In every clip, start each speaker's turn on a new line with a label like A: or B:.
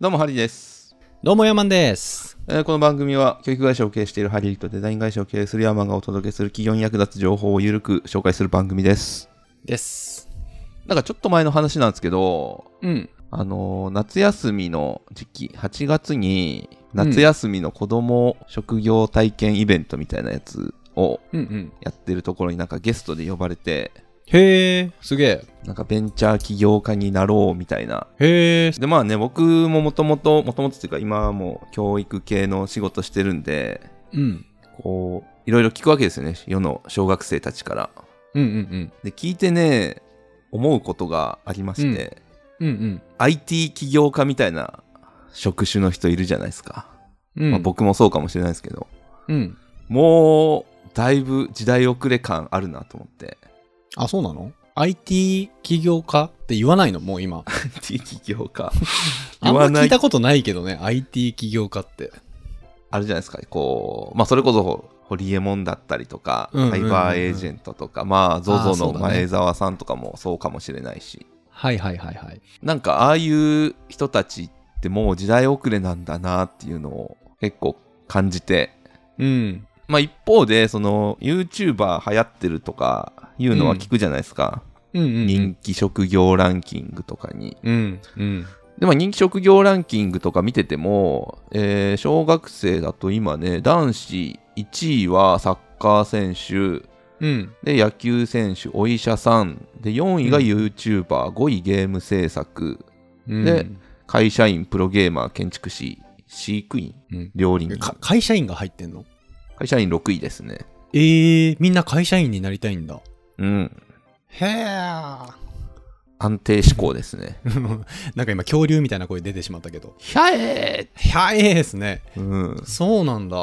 A: どうもハリーです、
B: どうもヤマンです。
A: えーこの番組は教育会社を経営しているハリーとデザイン会社を経営するヤーマンがお届けする企業に役立つ情報をゆるく紹介する番組です
B: です。
A: なんかちょっと前の話なんですけど
B: うん。
A: あのー夏休みの時期8月に夏休みの子供職業体験イベントみたいなやつを
B: うんうん。
A: やってるところになんかゲストで呼ばれて
B: へえ、すげえ。
A: なんかベンチャー起業家になろうみたいな
B: へえ。
A: でまあね僕ももともともともとっていうか今はもう教育系の仕事してるんで
B: うん。
A: こういろいろ聞くわけですよね世の小学生たちから
B: うんうん
A: で聞いてね思うことがありまして、
B: うん。うん
A: IT 起業家みたいな職種の人いるじゃないですか、
B: うん。うん。
A: まあ、僕もそうかもしれないですけど
B: うん。
A: もうだいぶ時代遅れ感あるなと思って
B: あ、そうなの ?IT 起業家って言わないのもう 今。
A: IT 起業 家
B: あ
A: 言
B: んま
A: わな
B: 聞い
A: い
B: たことないけどね、IT 起業家って。
A: あるじゃないですかこうまあそれこそホリエモンだったりとか、
B: うんうんうん
A: サイバーエージェントとかまあ
B: あー
A: ZOZO
B: そう
A: の
B: だね
A: 前澤さんとかもそうかもしれないし
B: はいはいはいはい。
A: なんかああいう人たちってもう時代遅れなんだなっていうのを結構感じて
B: うん。
A: まあ一方でその YouTuber 流行ってるとかいうのは聞くじゃないですか、
B: うんうんうん。
A: 人気職業ランキングとかに
B: うん。うん。
A: でまあ人気職業ランキングとか見てても、えー小学生だと今ね男子1位はサッカー選手
B: うん。
A: で野球選手お医者さんで4位が YouTuber、5位ゲーム制作
B: うん
A: で会社員、プロゲーマー、建築士、飼育員、
B: うん
A: 料理人、
B: か会社員が入ってんの
A: 会社員6位ですね。
B: ええー、みんな会社員になりたいんだ。
A: うん。
B: へえ。
A: 安定志向ですね。
B: なんか今恐竜みたいな声出てしまったけど。
A: ひゃえ
B: へえですね。
A: ーうん。
B: そうなんだ。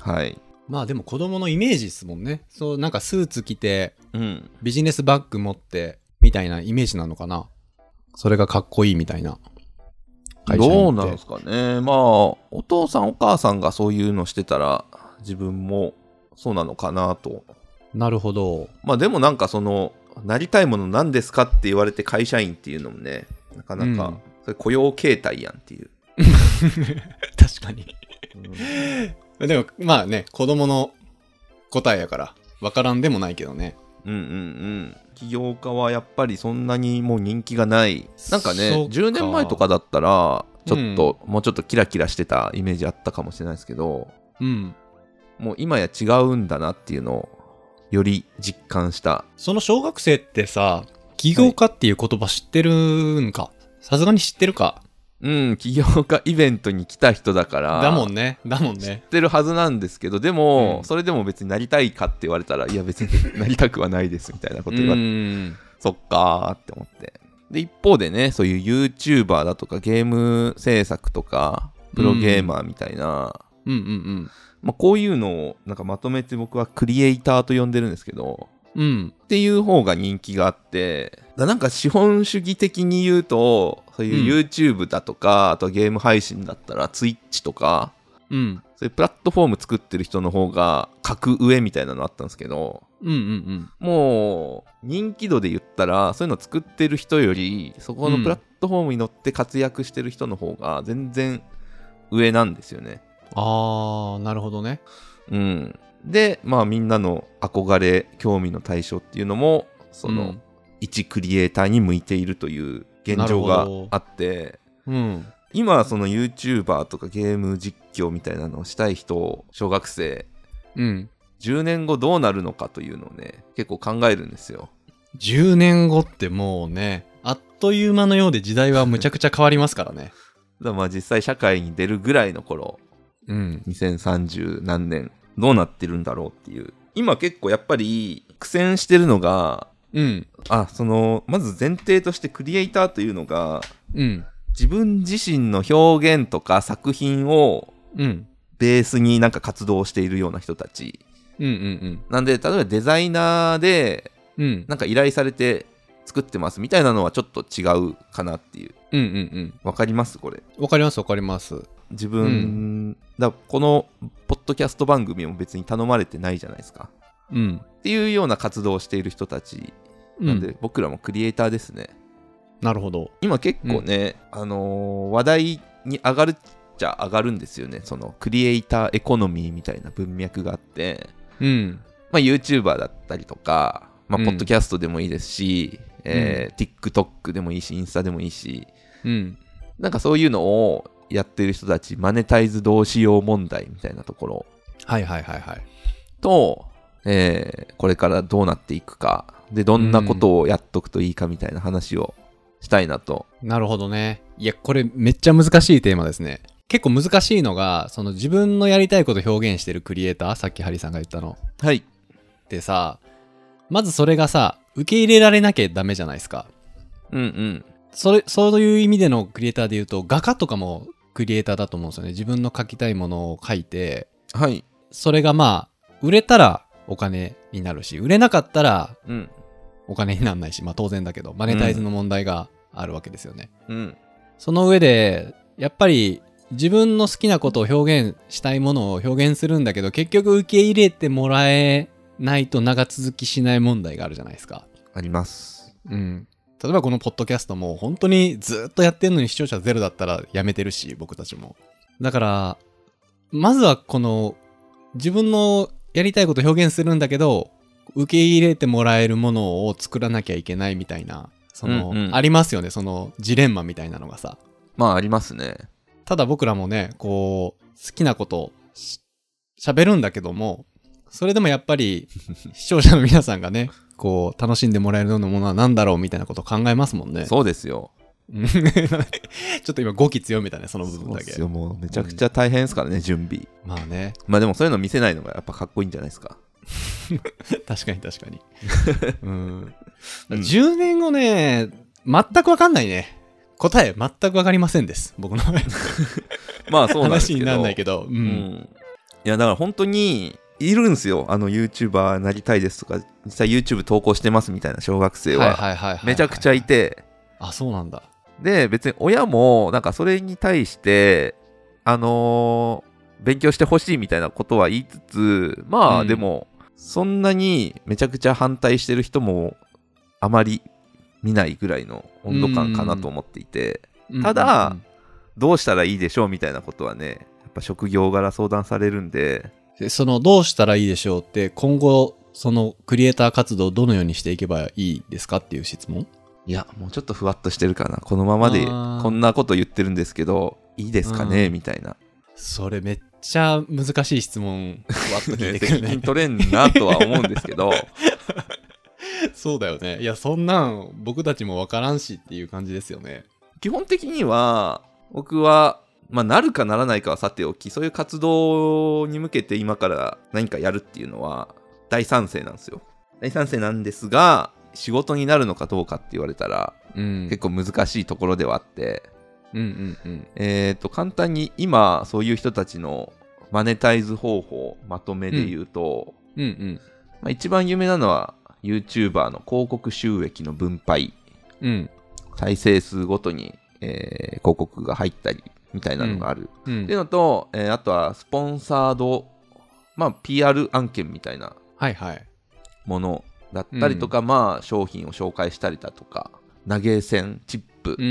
A: はい。
B: まあでも子供のイメージですもんね。そうなんかスーツ着て
A: うん。
B: ビジネスバッグ持ってみたいなイメージなのかな。それがかっこいいみたいな。
A: どうなんです
B: か
A: かね。まあ、お父さんお母さんがそういうのしてたら、自分もそうなのかなと。
B: なるほど。
A: まあでもなんかその、なりたいもの何ですかって言われて会社員っていうのもね、なかなか、
B: うん
A: それ雇用形態やんっていう。
B: 確かに。
A: うん
B: でもまあね、子供の答えやから分からんでもないけどね。
A: うんうんうん起業家はやっぱりそんなにもう人気がないなんかね
B: そっか
A: 10年前とかだったらちょっと、もうちょっとキラキラしてたイメージあったかもしれないですけど
B: うん。
A: もう今や違うんだなっていうのをより実感した
B: その小学生ってさ、起業家っていう言葉知ってるんか。さすがに知ってるか。
A: うん起業家イベントに来た人だから
B: だもん
A: 知
B: ね。だもんね
A: っ。てるはずなんですけどでも、
B: うん
A: それでも別になりたいかって言われたらいや別になりたくはないですみたいなこと言われて
B: うん。
A: そっかーって思って。で、一方でね、そういう YouTuber だとかゲーム制作とか、プロゲーマーみたいな、
B: うんうん
A: まあ、こういうのをなんかまとめて僕はクリエイターと呼んでるんですけど、
B: うん。うん。
A: っていう方が人気があって、だなんか資本主義的に言うと、そういう YouTube だとか、あとゲーム配信だったら Twitch とか、
B: うん。
A: そういうプラットフォーム作ってる人の方が格上みたいなのあったんですけど、
B: うんうんうん。
A: もう人気度で言ったらそういうの作ってる人よりそこのプラットフォームに乗って活躍してる人の方が全然上なんですよね。
B: あー、なるほどね。
A: うん、でまあみんなの憧れ興味の対象っていうのもその、一クリエイターに向いているという現状
B: なる
A: が
B: ほど
A: あって
B: うん。うん。
A: 今その YouTuber とかゲーム実況みたいなのをしたい人小学生
B: うん。
A: 10年後どうなるのかというのをね結構考えるんですよ。
B: 10年後ってもうね、あっという間のようで時代はむちゃくちゃ変わりますからね。
A: だからまあ実際社会に出るぐらいの頃
B: うん。
A: 2030何年どうなってるんだろうっていう今結構やっぱり苦戦してるのが
B: うん。
A: あそのまず前提としてクリエイターというのが
B: うん。
A: 自分自身の表現とか作品を
B: うん。
A: ベースになんか活動しているような人たち
B: うんうん
A: なんで例えばデザイナーで
B: うん。うん。
A: なんか依頼されて作ってますみたいなのはちょっと違うかなっていう
B: うんうん
A: わかりますこれ
B: うん。わかりますわかります。
A: 自分、だこのポッドキャスト番組も別に頼まれてないじゃないですか
B: うん。
A: っていうような活動をしている人たち
B: う
A: なんで、。僕らもクリエイターですね
B: なるほど。
A: 今結構ね、あのー話題に上がるっちゃ上がるんですよねそのクリエイターエコノミーみたいな文脈があって、
B: うん。
A: まあ、YouTuber だったりとか、ま
B: う
A: あ、
B: ん
A: ポッドキャストでもいいですし、えー TikTok でもいいしインスタでもいいし
B: うん。
A: なんかそういうのをやってる人たちマネタイズどうしよう問題みたいなところ
B: はいはいはいはい。
A: と、えーこれからどうなっていくかでどんなことをやっとくといいかみたいな話をしたいなと、
B: なるほどね。いや、これめっちゃ難しいテーマですね。結構難しいのが、その自分のやりたいことを表現してるクリエイター、さっきハリさんが言ったの。
A: はい
B: でさ、まずそれがさ、受け入れられなきゃダメじゃないですか。
A: うんうん
B: それ、そういう意味でのクリエイターで言うと、画家とかもクリエイターだと思うんですよね。自分の描きたいものを描いて、
A: はい
B: それがまあ、売れたらお金になるし、売れなかったら
A: うん
B: お金にならないし、まあ当然だけど、マネタイズの問題があるわけですよね。
A: うん
B: その上でやっぱり自分の好きなことを表現したいものを表現するんだけど結局受け入れてもらえないと長続きしない問題があるじゃないですか。
A: あります
B: うん、例えばこのポッドキャストも本当にずっとやってんのに視聴者ゼロだったらやめてるし僕たちも。だからまずはこの自分のやりたいことを表現するんだけど受け入れてもらえるものを作らなきゃいけないみたいなその、
A: うんうん
B: ありますよねそのジレンマみたいなのがさ。
A: まあありますね
B: ただ僕らもね、こう、好きなことをし喋るんだけども、それでもやっ ぱり視聴者の皆さんがね、こう、楽しんでもらえるようなものは何だろうみたいなことを考えますもんね。
A: そうですよ
B: うん ちょっと今語気強めたね、その部
A: そ
B: 分
A: う
B: だ
A: で
B: け
A: す。よもうめちゃくちゃ大変ですからね、準備
B: まあね、
A: まあでもそういうの見せないのがやっぱかっこいいんじゃないですか
B: 確かに 確かに。うん、
A: うん
B: 10年後ね、全くわかんないね。答え、全くわかりませんです。僕の
A: まあそうなんですけ
B: 話
A: ど
B: にならないけど。う。
A: うんんいやだから本当にいるんですよあの YouTuber なりたいですとか実際 YouTube 投稿してますみたいな小学生は
B: はいはいはい
A: めちゃくちゃい。て
B: あ、そうなんだ。
A: で別に親もなんかそれに対してあのー勉強してほしいみたいなことは言いつつま
B: う
A: あ
B: ん
A: でもそんなにめちゃくちゃ反対してる人もあまり見ないぐらいの温度感かなと思っていてただ
B: うんうんうん
A: どうしたらいいでしょうみたいなことはねやっぱ職業柄相談されるんで
B: でそのどうしたらいいでしょうって今後そのクリエイター活動をどのようにしていけばいいですかっていう質問
A: いや、もうちょっとふわっとしてるかな。このままで
B: あー
A: こんなこと言ってるんですけど、いいですかねみたい な。
B: それめっちゃ難しい質問わっと 聞いてくる
A: 責
B: ね
A: 任取れんなとは思うんですけど、
B: そうだよねいやそんなん僕たちも分からんしっていう感じですよね
A: 基本的には、僕は、まあ、なるかならないかはさておき、そういう活動に向けて今から何かやるっていうのは、大賛成なんですよ。大賛成なんですが、仕事になるのかどうかって言われたら、
B: うん
A: 結構難しいところではあって、
B: うんうんうん
A: えー、と簡単に今そういう人たちのマネタイズ方法まとめで言うと、
B: うんうん
A: まあ、一番有名なのは YouTuber の広告収益の分配
B: うん
A: 再生数ごとに、えー広告が入ったりみたいなのがある、
B: う
A: っていうんのと、えーあとはスポンサード、まあ、PR 案件みたいな
B: はいはい
A: ものだったりとか、まあ、商品を紹介したりだとか投げ銭チップ、
B: うんう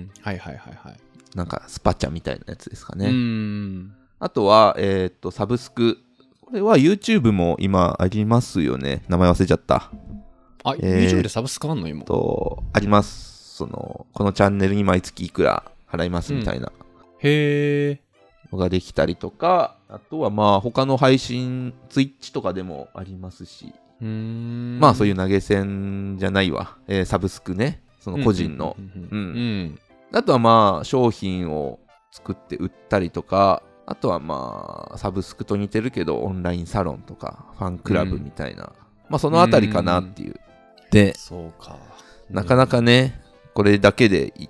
B: んはいはいはいはい
A: なんかスパチャみたいなやつですかね、
B: うん
A: あとは、えーっと、サブスク。これは YouTube も今ありますよね。名前忘れちゃった。
B: あ、
A: えー
B: YouTube でサブスクあんの今
A: と、あります。その、このチャンネルに毎月いくら払いますみたいな
B: へえ
A: のができたりとか、あとはまあ他の配信、Twitch とかでもありますし、
B: うーん
A: まあそう
B: い
A: いう投げ銭じゃないわ。えーサブスクね。その個人の。
B: うん
A: うん
B: うん
A: あとはまあ商品を作って売ったりとか、あとはまあサブスクと似てるけどオンラインサロンとかファンクラブみたいな、まあそのあたりかなっていう。で、
B: そうか
A: なかなかね、これだけでい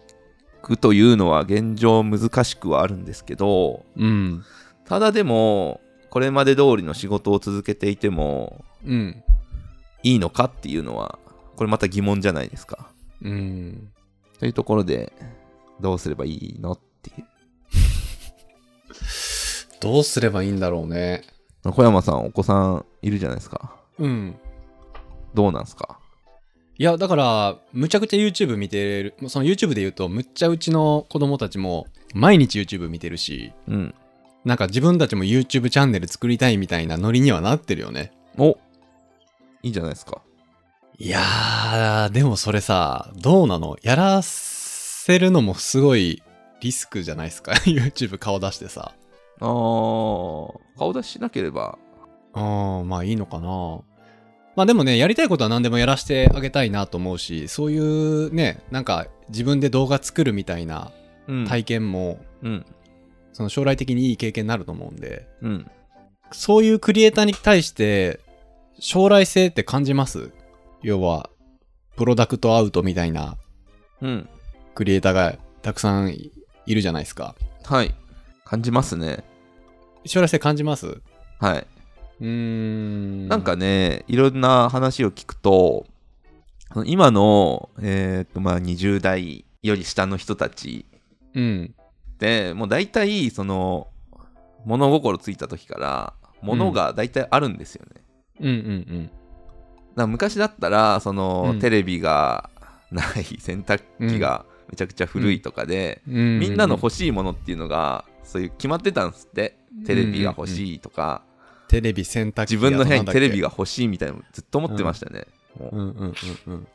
A: くというのは現状難しくはあるんですけど、
B: うん
A: ただでもこれまで通りの仕事を続けていても
B: うん。
A: いいのかっていうのは、これまた疑問じゃないですか。
B: うん。
A: というところで、どうすればいいのっていう。
B: どうすればいいんだろうね。
A: 小山さんお子さんいるじゃないですか
B: うん。
A: どうなんすか
B: いや、だから、むちゃくちゃ YouTube 見てる、その YouTube で言うと、むっちゃうちの子供たちも、毎日 YouTube 見てるし、
A: うん。
B: なんか自分たちも YouTube チャンネル作りたいみたいなノリにはなってるよね。
A: おいいじゃないですか。
B: いやー、でもそれさ、どうなのやらせるのもすごいリスクじゃないですか ?YouTube 顔出してさ。
A: あー、顔出ししなければ。
B: うん、まあいいのかな。まあでもね、やりたいことは何でもやらせてあげたいなと思うし、そういうね、なんか自分で動画作るみたいな
A: うん
B: 体験も、
A: うん。
B: その将来的にいい経験になると思うんで、
A: うん。
B: そういうクリエイターに対して、将来性って感じます要は、プロダクトアウトみたいな
A: うん。
B: クリエイターがたくさんいるじゃないですか。
A: はい。感じますね。
B: 将来性感じますう
A: はい。
B: ーん。
A: なんかね、いろんな話を聞くと、その今の、えーっと、まあ、20代より下の人たち
B: うん。
A: って、もう大体、その、物心ついた時から、物が大体あるんですよね。
B: うんうんうん。
A: だから昔だったらその、
B: うん
A: テレビがない洗濯機がめちゃくちゃ古いとかで、みんなの
B: 欲
A: 欲しいものっていうのがそういう決まってたんですってテレビが欲しいとか、
B: テレビ選択
A: 自分の部屋にテレビ
B: が。
A: が欲しいみたいなのずっと思ってましたね、もう
B: うんうんうん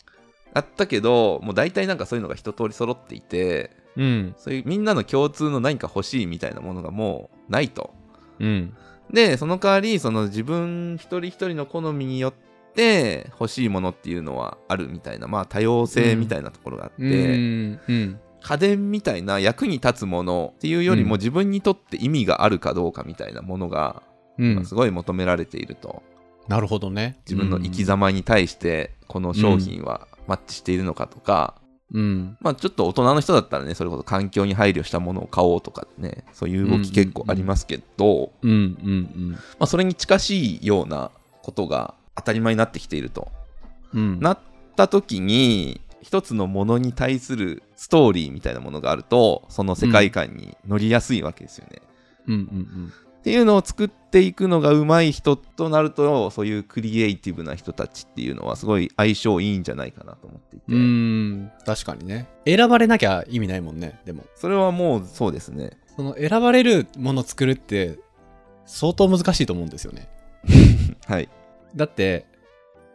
A: あったけどもう大体なんかそういうのが一通り揃っていて
B: うん。うん
A: そういうみんなの共通の何か欲しいみたいなものがもうないと
B: うん。
A: でその代わりその自分一人一人の好みによって欲しいものっていうのはあるみたいなまあ多様性みたいなところがあって、
B: うんうん
A: 家電みたいな役に立つものっていうより
B: う
A: も
B: ん
A: 自分にとって意味があるかどうかみたいなものが
B: うん
A: まあすごい求められていると、
B: なるほどね。
A: 自分の生き様に対してこの商品はマッチしているのかとか、
B: うん。
A: まあちょっと大人の人だったらねそれこそ環境に配慮したものを買おうとかねそういう動き結構ありますけど、
B: うんうん
A: まあ、それに近しいようなことが当たり前になってきていると。
B: うん。うん。
A: なった時に一つのものに対するストーリーみたいなものがあるとその世界観に乗りやすいわけですよね。
B: うんうん
A: っていうのを作っていくのが上手い人となるとそういうクリエイティブな人たちっていうのはすごい相性いいんじゃないかなと思っていて、
B: うん。うん。確かにね。選ばれなきゃ意味ないもんね、でも。
A: それはもうそうですね。
B: その選ばれるもの作るって相当難しいと思うんですよね。
A: はい。
B: だって、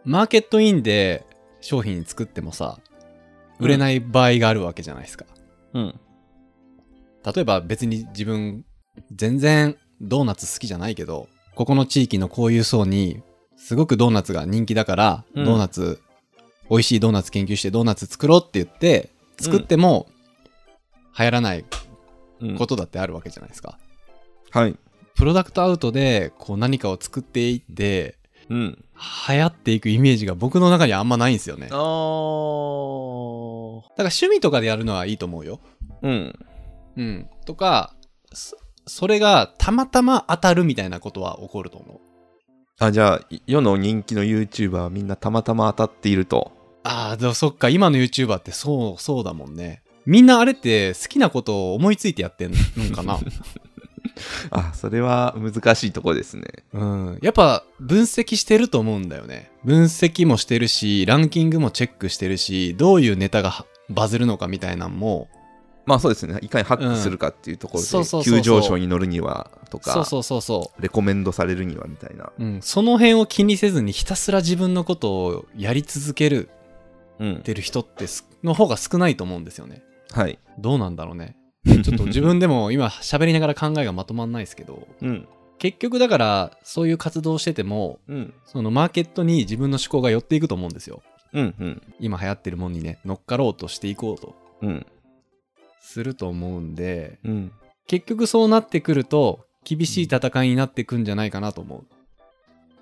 B: マーケットインで商品作ってもさ、売れ
A: い。
B: ない場合があるわけじゃないですか。
A: うん。
B: 例えば別に自分、全然ドーナツ好きじゃないけど、ここの地域のこういう層に、すごくドーナツが人気だから、
A: うん
B: ドーナツ、美味しいドーナツ研究してドーナツ作ろうって言って、作っても流行らない
A: うん
B: ことだってあるわけじゃないですか。
A: はい。
B: プロダクトアウトでこう何かを作っていって
A: うん。
B: 流行っていくイメージが僕の中にあんまないんですよねだ
A: あー。
B: から趣味とかでやるのはいいと思うよ
A: うん。
B: うんとかそそれがたまたま当たるみたいなことは起こると思う
A: あ、じゃあ、い世の人気の YouTuber はみんなたまたま当たっていると。
B: ああでもそっか今の YouTuber ってそうそうだもんねみんなあれって好きなことを思いついてやってんのか な
A: あ、それは難しいとこですね。
B: うんやっぱ分析してると思うんだよね分析もしてるしランキングもチェックしてるしどういうネタがバズるのかみたいなんも
A: まあそうですね。いかにハックするかっていうところ
B: うんそうそう
A: で、
B: そうそう
A: 急上昇に乗るにはとか、
B: そうそうそうそう
A: レコメンドされるにはみたいな。
B: うん、その辺を気にせずにひたすら自分のことをやり続ける
A: うん
B: てる人ってすの方が少ないと思うんですよね。
A: はい。
B: どうなんだろうね。ちょっと自分でも今喋りながら考えがまとまんないですけど
A: うん。
B: 結局だからそういう活動をしてても
A: うん。
B: そのマーケットに自分の思考が寄っていくと思うんですよ。
A: うん。うん。
B: 今流行ってるもんにね乗っかろうとしていこうと
A: うん。
B: すると思うんで
A: うん。
B: 結局そうなってくると厳しい戦いになってくんじゃないかなと思う。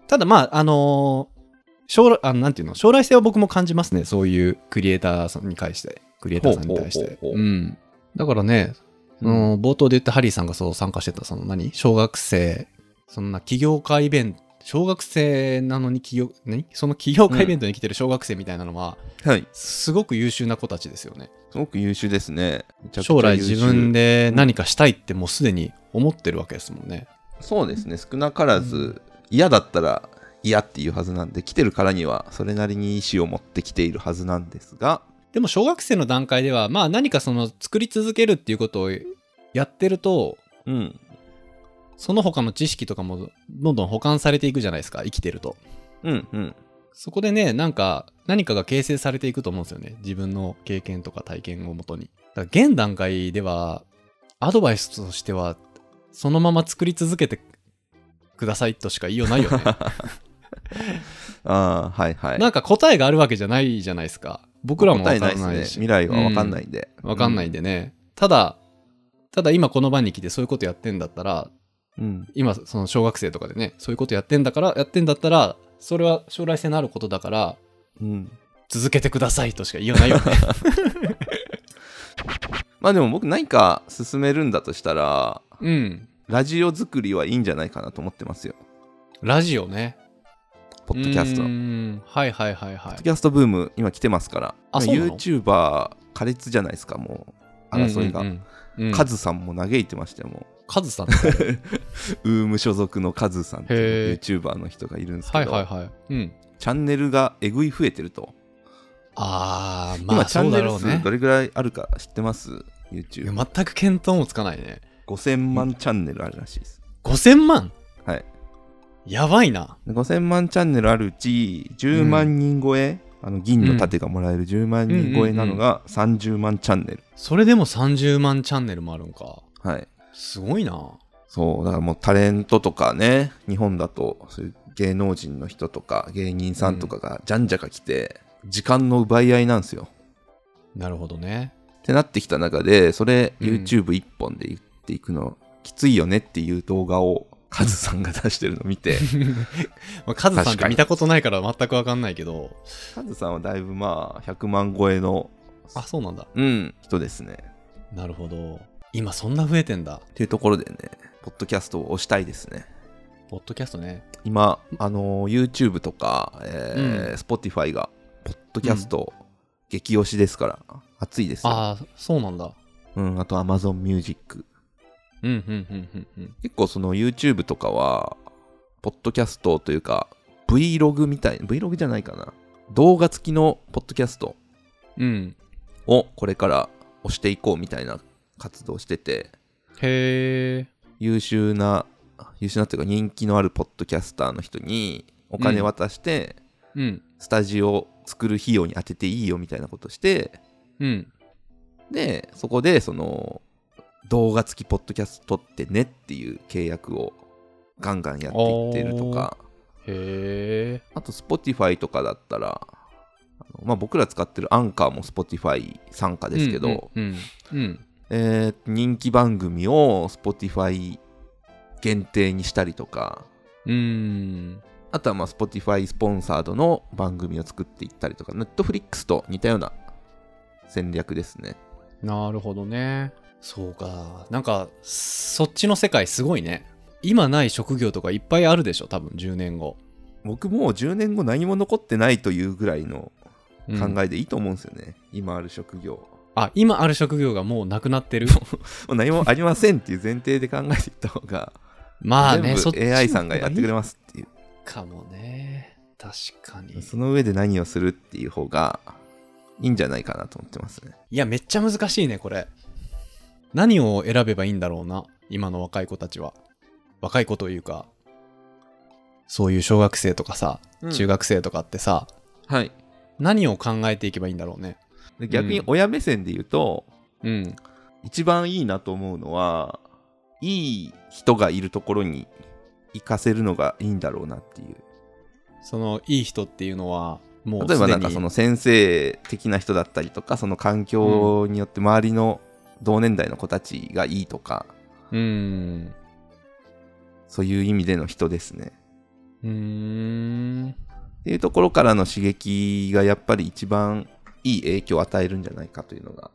B: ただまああのー将来あのなんていうの将来性は僕も感じますねそういうクリエイターさんに対してクリエイターさんに対し
A: ほう
B: て。
A: ほうほうほう
B: うんだからね、その冒頭で言ったハリーさんがそう参加してたその何小学生そんな起業家イベント小学生なのに起業何その起業家イベントに来てる小学生みたいなのは、
A: はい。
B: すごく優秀な子たちですよね。
A: すごく優秀ですね。めちゃくちゃ
B: 将来自分
A: 優秀。
B: で何かしたいってもうすでに思ってるわけですもんね。
A: そうですね。少なからず、嫌だったら嫌っていうはずなんで、来てるからにはそれなりに意思を持ってきているはずなんですが、
B: でも小学生の段階では、まあ何かその作り続けるっていうことをやってると、
A: うん。
B: その他の知識とかもどんどん保管されていくじゃないですか、生きてると。
A: うんうん。
B: そこでね、なんか、何かが形成されていくと思うんですよね。自分の経験とか体験をもとに。だから現段階では、アドバイスとしては、そのまま作り続けてくださいとしか言いようないよね。
A: ああ、はいはい。
B: なんか答えがあるわけじゃないじゃないですか。僕らも
A: 答
B: わ
A: え
B: か
A: ないで
B: ら
A: す
B: な
A: ね。
B: いし。
A: 未来はわかんないんで。
B: わかんないんでね。ただ、ただ今この場に来てそういうことやってんだったら、
A: うん。
B: 今その小学生とかでね、そういうことやってんだから、やってんだったら、それは将来性のあることだから、
A: うん。うん。
B: 続けてくださいとしか言いような いよね。
A: まあでも僕何か進めるんだとしたら、
B: うん。
A: ラジオ作りはいいんじゃないかなと思ってますよ。
B: ラジオね。
A: ポッドキャスト。
B: うー
A: ポッ
B: んはいはいはいは
A: ド
B: い。
A: キャストブーム、今来てますから。
B: あそうなの
A: YouTuber、苛烈じゃないですか、もう。争いが。
B: うんうんうん。
A: カ
B: カズ、
A: ズさんも嘆いてましたよ、も
B: カズさん。
A: う。ウーム所属のカズさんってい
B: へ
A: う YouTuber の人がいるんです
B: は
A: け
B: い
A: ど、
B: はいはい。うん。
A: チャンネルがえぐい増えてると。
B: あー、ま
A: 今
B: あ
A: チ
B: そ
A: ャ
B: う
A: ン
B: だ
A: ネル
B: ろう
A: 数
B: ね
A: ど。れぐらいあるか知ってます
B: いや
A: ?YouTube。
B: 全く見当もつかないね。
A: 5000万チャンネルあるらしいです。
B: 5000万
A: はい。
B: やばいな。
A: で5000万チャンネルあるうち、10万人超え、あの銀の盾がもらえる10万人超えなのが30万チャンネル。
B: それでも30万チャンネルもあるんか。
A: はい。
B: すごいな。
A: そう、だからもうタレントとかね、日本だと、そういう芸能人の人とか芸人さんとかがじゃんじゃか来て、時間の奪い合いなんですよ。
B: なるほどね。
A: ってなってきた中で、それ
B: うん
A: YouTube1 本で言っていくの、きついよねっていう動画をカズさんが出してるのを見 て、
B: まあ、カズさんっ
A: 確か
B: て
A: に
B: 見たことないから全くわかんないけど。
A: カズさんはだいぶまあ100万超えの、
B: あ、そうなんだ。
A: うん、人ですね。
B: なるほど。今そんな増えてんだ。
A: っていうところでね、ポッドキャストを推したいですね。
B: ポッドキャストね。
A: 今、あの YouTube とか、えー
B: うん
A: Spotify が、ポッドキャスト激推しですから、熱いですよ。
B: ああ、そうなんだ。
A: うん、あと Amazon Music。
B: うんうんうんうんうん。
A: 結構その YouTube とかは、ポッドキャストというか、Vlog みたい、Vlog じゃないかな。動画付きのポッドキャスト
B: うん。
A: をこれから押していこうみたいな活動してて、
B: へえ。
A: 優秀な、優秀なというか人気のあるポッドキャスターの人にお金渡して、
B: うん。
A: スタジオ作る費用に当てていいよみたいなことして、
B: うん。
A: で、そこでその、動画付きポッドキャスト撮ってねっていう契約をガンガンやっていってるとか、
B: へえ。
A: あと Spotify とかだったら、あのまあ、僕ら使ってるアンカーも Spotify 参加ですけど、
B: うん。うん。うん
A: えー人気番組を Spotify 限定にしたりとか、
B: うーん。
A: あとはまあ Spotify スポンサードの番組を作っていったりとか、Netflix と似たような戦略ですね。
B: なるほどね。そうか。なんか、そっちの世界すごいね。今ない職業とかいっぱいあるでしょ、多分10年後。
A: 僕もう10年後何も残ってないというぐらいの
B: うん
A: 考えでいいと思うんですよね。今ある職業。
B: あ、今ある職業が もうなくなってる。
A: もう何もありませんっていう前提で考えていった方が、
B: まあね、そっ
A: 全
B: ち
A: 部 AI さんがやってくれますっていう。
B: かもね。確かに。
A: その上で何をするっていう方がいいんじゃないかなと思ってますね。
B: いや、めっちゃ難しいね、これ。何を選べばいいんだろうな、今の若い子たちは。若い子というか、そういう小学生とかさ、中学生とかってさ、
A: はい。
B: 何を考えていけばいいんだろうね。
A: で逆に
B: うん
A: 親目線で言うと、
B: うん。
A: 一番いいなと思うのは、いい人がいるところに行かせるのがいいんだろうなっていう。
B: その、いい人っていうのは、もう
A: 例えば
B: すで
A: な
B: に
A: んかその先生的な人だったりとか、その環境によって周りの同年代の子たちがいいとか、
B: うーん。
A: そういう意味での人ですね。
B: うーん。
A: っていうところからの刺激がやっぱり一番いい影響を与えるんじゃないかというのが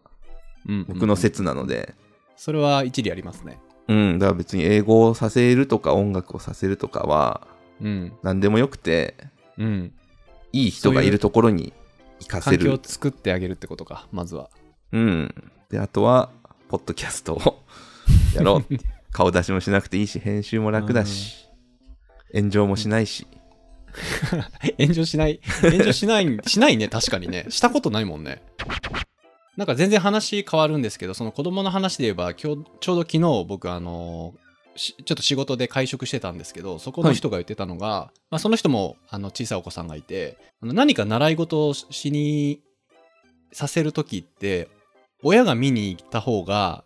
B: うん
A: 僕の
B: せ
A: 説なので、
B: それは一理ありますね。
A: うん、だから別に英語をさせるとか音楽をさせるとかは
B: うん。
A: 何でもよくて、
B: うん。
A: いい人がいるところに行かせ
B: 環境を
A: る。
B: 作ってあげるってことか、まずは。
A: うん。で、あとは、ポッドキャスト をやろう。顔出しもしなくていいし、編集も楽だし、炎上もしないし、
B: 炎上しない、炎上しない、しないね、確かにね。したことないもんね。なんか全然話変わるんですけど、その子供の話で言えば、今日、ちょうど昨日僕、あのーしちょっと仕事で会食してたんですけど、そこの人が言ってたのが、まあ、その人もあの小さいお子さんがいて、あの何か習い事をししにさせるときって、親が見に行った方が、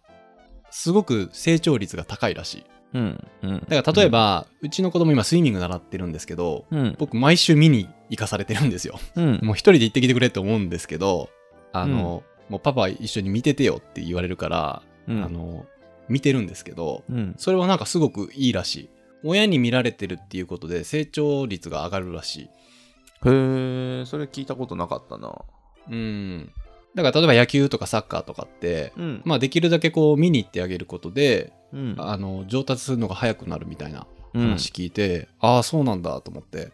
B: すごく成長率が高いらしい。
A: うん。うん。
B: だから例え、ば、うちの子供今スイミング習ってるんですけど、
A: うん。
B: 僕毎週見に行かされてるんですよ。
A: うん。
B: もう一人で行ってきてくれって思うんですけど、あの、もうパパ一緒に見ててよって言われるから、
A: うん。
B: あの、見てるんですけど、
A: うん。
B: それはなんかすごくいいらしい。親に見られてるっていうことで成長率が上がるらしい。
A: へえ、それ聞いたことなかったな。
B: うん。だから例えば野球とかサッカーとかって、
A: うん。
B: まあできるだけこう見に行ってあげることで、
A: うん。
B: あの、上達するのが早くなるみたいな
A: うん、
B: 話聞いて、ああ、そうなんだと思って。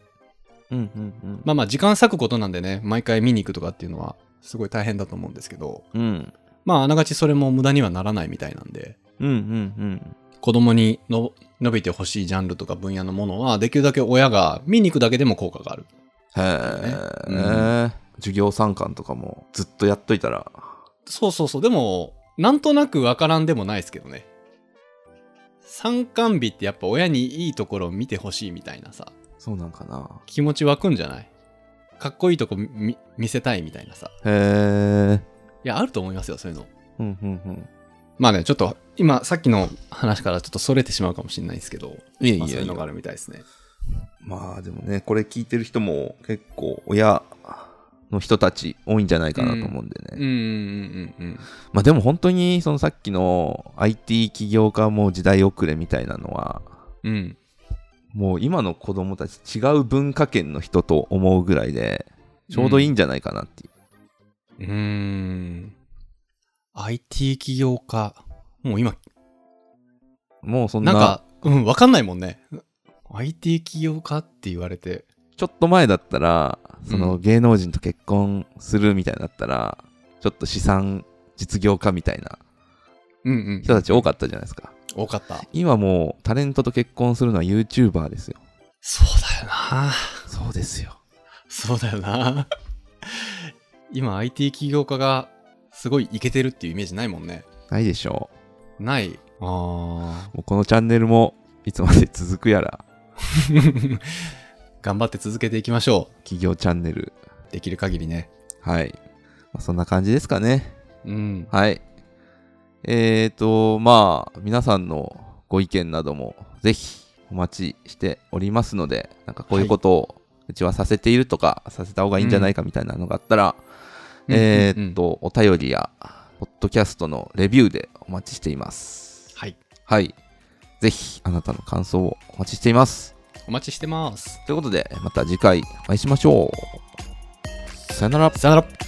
A: うん。うん。うん。
B: まあまあ時間割くことなんでね、毎回見に行くとかっていうのはすごい大変だと思うんですけど、
A: うん。
B: まああながちそれも無駄にはならないみたいなんで、
A: うん。うん。
B: 子供にの伸びてほしいジャンルとか分野のものは、できるだけ親が見に行くだけでも効果がある。
A: へえ、授業参観とかもずっとやっといたら。
B: そうそうそう、でも、なんとなくわからんでもないですけどね。参観日ってやっぱ親にいいところを見てほしいみたいなさ、
A: そうなんかな。
B: 気持ち湧くんじゃないかっこいいとこ見見せたいみたいなさ。
A: へえ。
B: いや、あると思いますよ、そういうの。
A: うんうんうん。
B: まあね、ちょっと今、さっきの話からちょっとそれてしまうかもしれないですけど、
A: いやいや
B: まあ
A: い
B: そう
A: や
B: いうのがあるみたいですね。
A: まあでもね、これ聞いてる人も結構親の人たち多いんじゃないかなと思うんでね。
B: うんうんうんうん。
A: まあでも本当にそのさっきの IT 起業家も時代遅れみたいなのは、
B: うん。
A: もう今の子供たち違う文化圏の人と思うぐらいで、ちょうどいいんじゃないかなっていう。
B: うーん。IT 起業家。もう今、
A: もうそん
B: な
A: なん
B: か、うん、わかんないもんね。IT 起業家って言われて。
A: ちょっと前だったら、そうの芸能人と結婚するみたいになったら、ちょっと資産実業家みたいな
B: うんうん。
A: 人たち多かったじゃないですか。
B: 多かった。
A: 今もうタレントと結婚するのは YouTuber ですよ。
B: そうだよな。
A: そうですよ。
B: そうだよな。今、IT 起業家がすごいイケてるっていうイメージないもんね。
A: ないでしょ
B: ない。ああ。
A: う。もうこのチャンネルもいつまで続くやら、
B: 頑張って続けていきましょ
A: 企業チャンネル。
B: う。できる限りね。
A: はい。まあ、そんな感じですかね。
B: うん。
A: はい。えーと、まあ、皆さんのご意見などもぜひお待ちしておりますので、なんかこういうことをうちはさせているとか、させた方がいいんじゃないかみたいなのがあったら、えー
B: うんうんうん。
A: と、お便りや、ポッドキャストのレビューでお待ちしています。
B: はい。
A: はい。ぜひ、あなたの感想をお待ちしています。
B: お待ちしてます。
A: ということで、また次回お会いしましょう。さよなら。
B: さよなら。